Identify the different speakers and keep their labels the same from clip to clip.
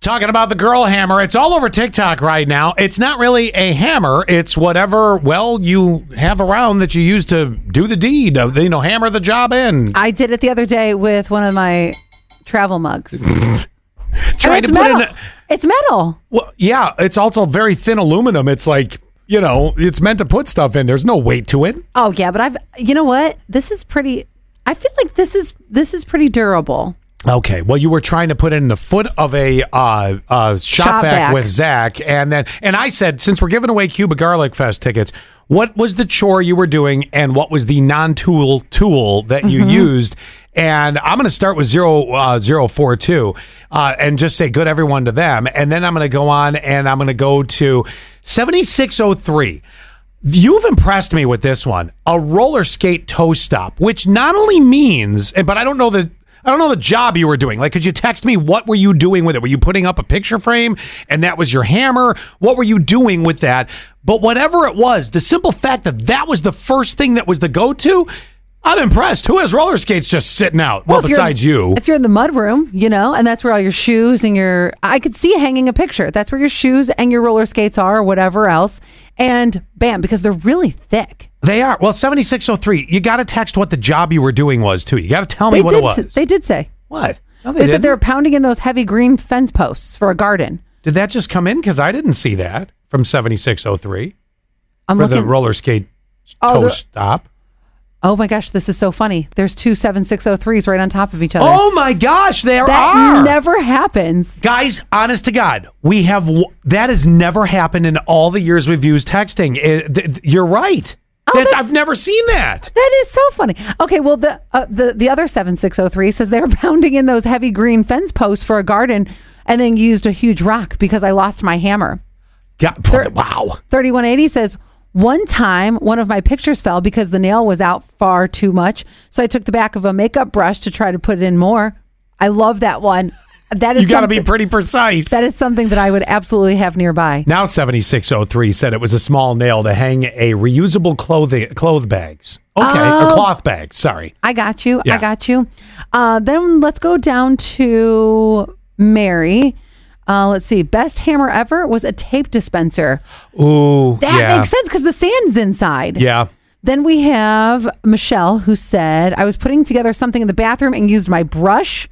Speaker 1: Talking about the girl hammer, it's all over TikTok right now. It's not really a hammer; it's whatever well you have around that you use to do the deed. Of, you know, hammer the job in.
Speaker 2: I did it the other day with one of my travel mugs. And
Speaker 1: Trying
Speaker 2: it's
Speaker 1: to put in.
Speaker 2: metal.
Speaker 1: A,
Speaker 2: it's metal.
Speaker 1: well, yeah, it's also very thin aluminum. It's like you know, it's meant to put stuff in. There's no weight to it.
Speaker 2: Oh yeah, but I've you know what? This is pretty I feel like this is this is pretty durable.
Speaker 1: Okay. Well, you were trying to put in the foot of a uh, uh, shop,
Speaker 2: Shop
Speaker 1: vac
Speaker 2: vac.
Speaker 1: with Zach, and then and I said, since we're giving away Cuba Garlic Fest tickets, what was the chore you were doing, and what was the non-tool tool that you used? And I'm going to start with zero uh, zero four two, uh, and just say good everyone to them, and then I'm going to go on and I'm going to go to seventy six oh three. You've impressed me with this one. A roller skate toe stop, which not only means, but I don't know the I don't know the job you were doing. Like, could you text me what were you doing with it? Were you putting up a picture frame and that was your hammer? What were you doing with that? But whatever it was, the simple fact that that was the first thing that was the go-to, I'm impressed. Who has roller skates just sitting out? Well,
Speaker 2: if you're-
Speaker 1: besides you.
Speaker 2: If you're in the mud room, you know, and that's where all your shoes and your I could see hanging a picture. That's where your shoes and your roller skates are or whatever else. And bam, because they're really thick.
Speaker 1: They are. Well, 7603, you got to text what the job you were doing was, too. You got to tell me
Speaker 2: They
Speaker 1: what
Speaker 2: did
Speaker 1: it was.
Speaker 2: s- they did say.
Speaker 1: what? No,
Speaker 2: They said they
Speaker 1: didn't.
Speaker 2: were pounding in those heavy green fence posts for a garden.
Speaker 1: Did that just come in? Because I didn't see that from 7603
Speaker 2: I'm
Speaker 1: for the
Speaker 2: looking.
Speaker 1: roller skate
Speaker 2: Oh,
Speaker 1: toe
Speaker 2: the-
Speaker 1: stop.
Speaker 2: oh my gosh, this is so funny. There's two 7603s right on top of each other.
Speaker 1: Oh my gosh, there
Speaker 2: that
Speaker 1: are.
Speaker 2: never happens.
Speaker 1: Guys, honest to God, we have w- that has never happened in all the years we've used texting. It- th- th- you're right. That's-
Speaker 2: Oh, that's-
Speaker 1: I've never seen that.
Speaker 2: That is so funny. Okay, well the uh, the the other 7603 says they're pounding in those heavy green fence posts for a garden and then used a huge rock because I lost my hammer.
Speaker 1: Yeah, wow.
Speaker 2: 3180 says one time one of my pictures fell because the nail was out far too much, so I took the back of a makeup brush to try to put it in more. I love that one. That is
Speaker 1: You got to
Speaker 2: something-
Speaker 1: be pretty precise.
Speaker 2: That is something that I would absolutely have nearby.
Speaker 1: now 7603 said it was a small nail to hang a reusable clothing cloth bags. Okay,
Speaker 2: Oh.
Speaker 1: or cloth bags, sorry.
Speaker 2: I got you.
Speaker 1: Yeah.
Speaker 2: I got you. Uh, then let's go down to Mary. Uh, let's see. Best hammer ever was a tape dispenser.
Speaker 1: Ooh,
Speaker 2: That
Speaker 1: yeah.
Speaker 2: makes sense because the sand's inside.
Speaker 1: Yeah.
Speaker 2: Then we have Michelle who said, I was putting together something in the bathroom and used my brush.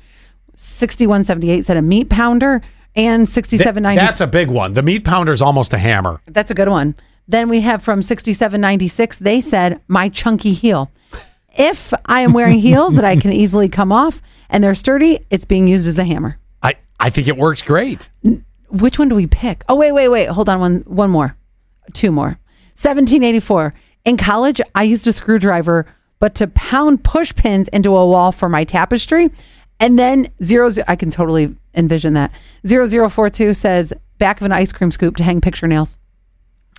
Speaker 2: 6178 said a meat pounder and
Speaker 1: Th-
Speaker 2: 6790.
Speaker 1: That's a big one. The meat pounder's almost a hammer.
Speaker 2: That's a good one. Then we have from 6796, they said, my chunky heel. If I am wearing heels that I can easily come off and they're sturdy, it's being used as a hammer.
Speaker 1: I, I think it works great.
Speaker 2: Which one do we pick? Oh, wait, wait, wait. Hold on one one more. Two more. 1784. In college, I used a screwdriver, but to pound push pins into a wall for my tapestry. And then zero, I can totally envision that. 0042 says, back of an ice cream scoop to hang picture nails.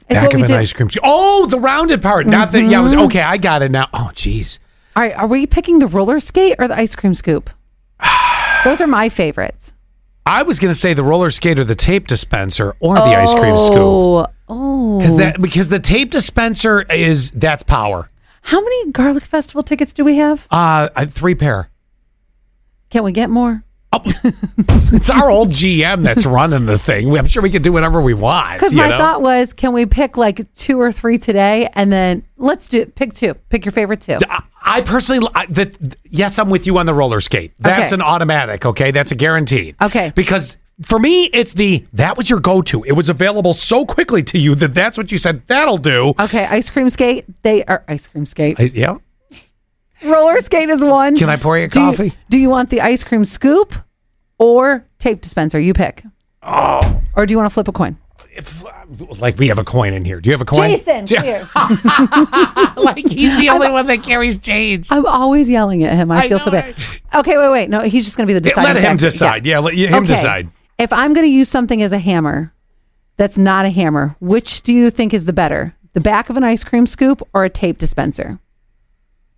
Speaker 2: It's
Speaker 1: Back of an ice cream. scoop. Oh, the rounded part. Not the yeah. I was,
Speaker 2: Mm-hmm.
Speaker 1: okay, I got it now. Oh, jeez.
Speaker 2: All right, are we picking the roller skate or the ice cream scoop? Those are my favorites.
Speaker 1: I was gonna say the roller skate or the tape dispenser or the ice cream scoop.
Speaker 2: Oh, oh.
Speaker 1: Because that because the tape dispenser is that's power.
Speaker 2: How many garlic festival tickets do we have?
Speaker 1: Uh I- three pair.
Speaker 2: Can we get more?
Speaker 1: It's our old GM that's running the thing. We- I'm sure we can do whatever we want.
Speaker 2: Because
Speaker 1: you
Speaker 2: my
Speaker 1: know?
Speaker 2: thought was, can we pick like two or three today, and then let's do pick two. Pick your favorite two.
Speaker 1: I- I personally, I, the, yes, I'm with you on the roller skate. That's
Speaker 2: Okay.
Speaker 1: an automatic, okay? That's a guaranteed.
Speaker 2: Okay.
Speaker 1: Because for me, it's the, that was your go to. It was available so quickly to you that that's what you said, that'll do.
Speaker 2: Okay, ice cream skate. They are ice cream skate.
Speaker 1: I- yeah.
Speaker 2: Roller skate is one.
Speaker 1: Can I pour you a
Speaker 2: Do
Speaker 1: coffee?
Speaker 2: do you want the ice cream scoop or tape dispenser? You pick. Oh. Or do you want to flip a coin?
Speaker 1: If, uh, like we have a coin in here. Do you have a coin?
Speaker 2: Jason,
Speaker 1: Do you-
Speaker 2: here.
Speaker 1: like he's the only one that carries change.
Speaker 2: I'm always yelling at him. I,
Speaker 1: I
Speaker 2: feel so
Speaker 1: know,
Speaker 2: bad. Okay, wait, wait. No, he's just going to be the deciding
Speaker 1: Let him
Speaker 2: factor.
Speaker 1: decide. Yeah, let you- him
Speaker 2: Okay.
Speaker 1: decide.
Speaker 2: If I'm going to use something as a hammer that's not a hammer, which do you think is the better? The back of an ice cream scoop or a tape dispenser?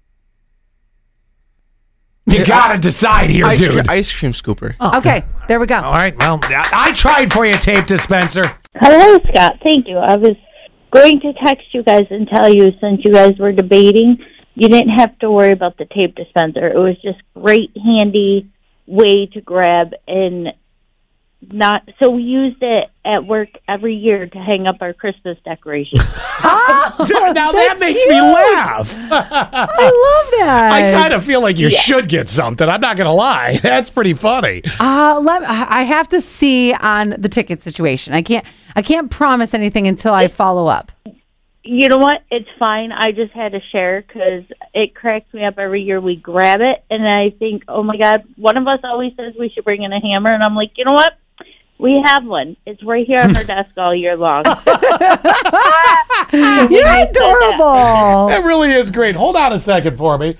Speaker 1: You got to decide here,
Speaker 3: Ice,
Speaker 1: dude.
Speaker 3: cre- ice cream scooper.
Speaker 2: Okay, there we go.
Speaker 1: All right. Well, Oh. I, I tried for you, tape dispenser.
Speaker 4: Hello, Scott. Thank you. I was going to text you guys and tell you since you guys were debating, you didn't have to worry about the tape dispenser. It was just great, handy way to grab and not so we used it at work every year to hang up our Christmas decorations.
Speaker 2: Oh,
Speaker 1: now that
Speaker 2: that's
Speaker 1: makes me
Speaker 2: cute.
Speaker 1: laugh.
Speaker 2: I love that.
Speaker 1: I kind of feel like you should get something. I'm not going to lie. That's pretty funny.
Speaker 2: Uh, let, I I have to see on the ticket situation. I can't. I can't promise anything until I follow up.
Speaker 4: you know what? It's fine. I just had to share because it cracks me up every year. We grab it, and I think, oh my God, one of us always says we should bring in a hammer, and I'm like, you know what? We have one. It's right here on our desk all year long.
Speaker 2: You're adorable.
Speaker 1: Ah, That really is great. Hold on a second for me.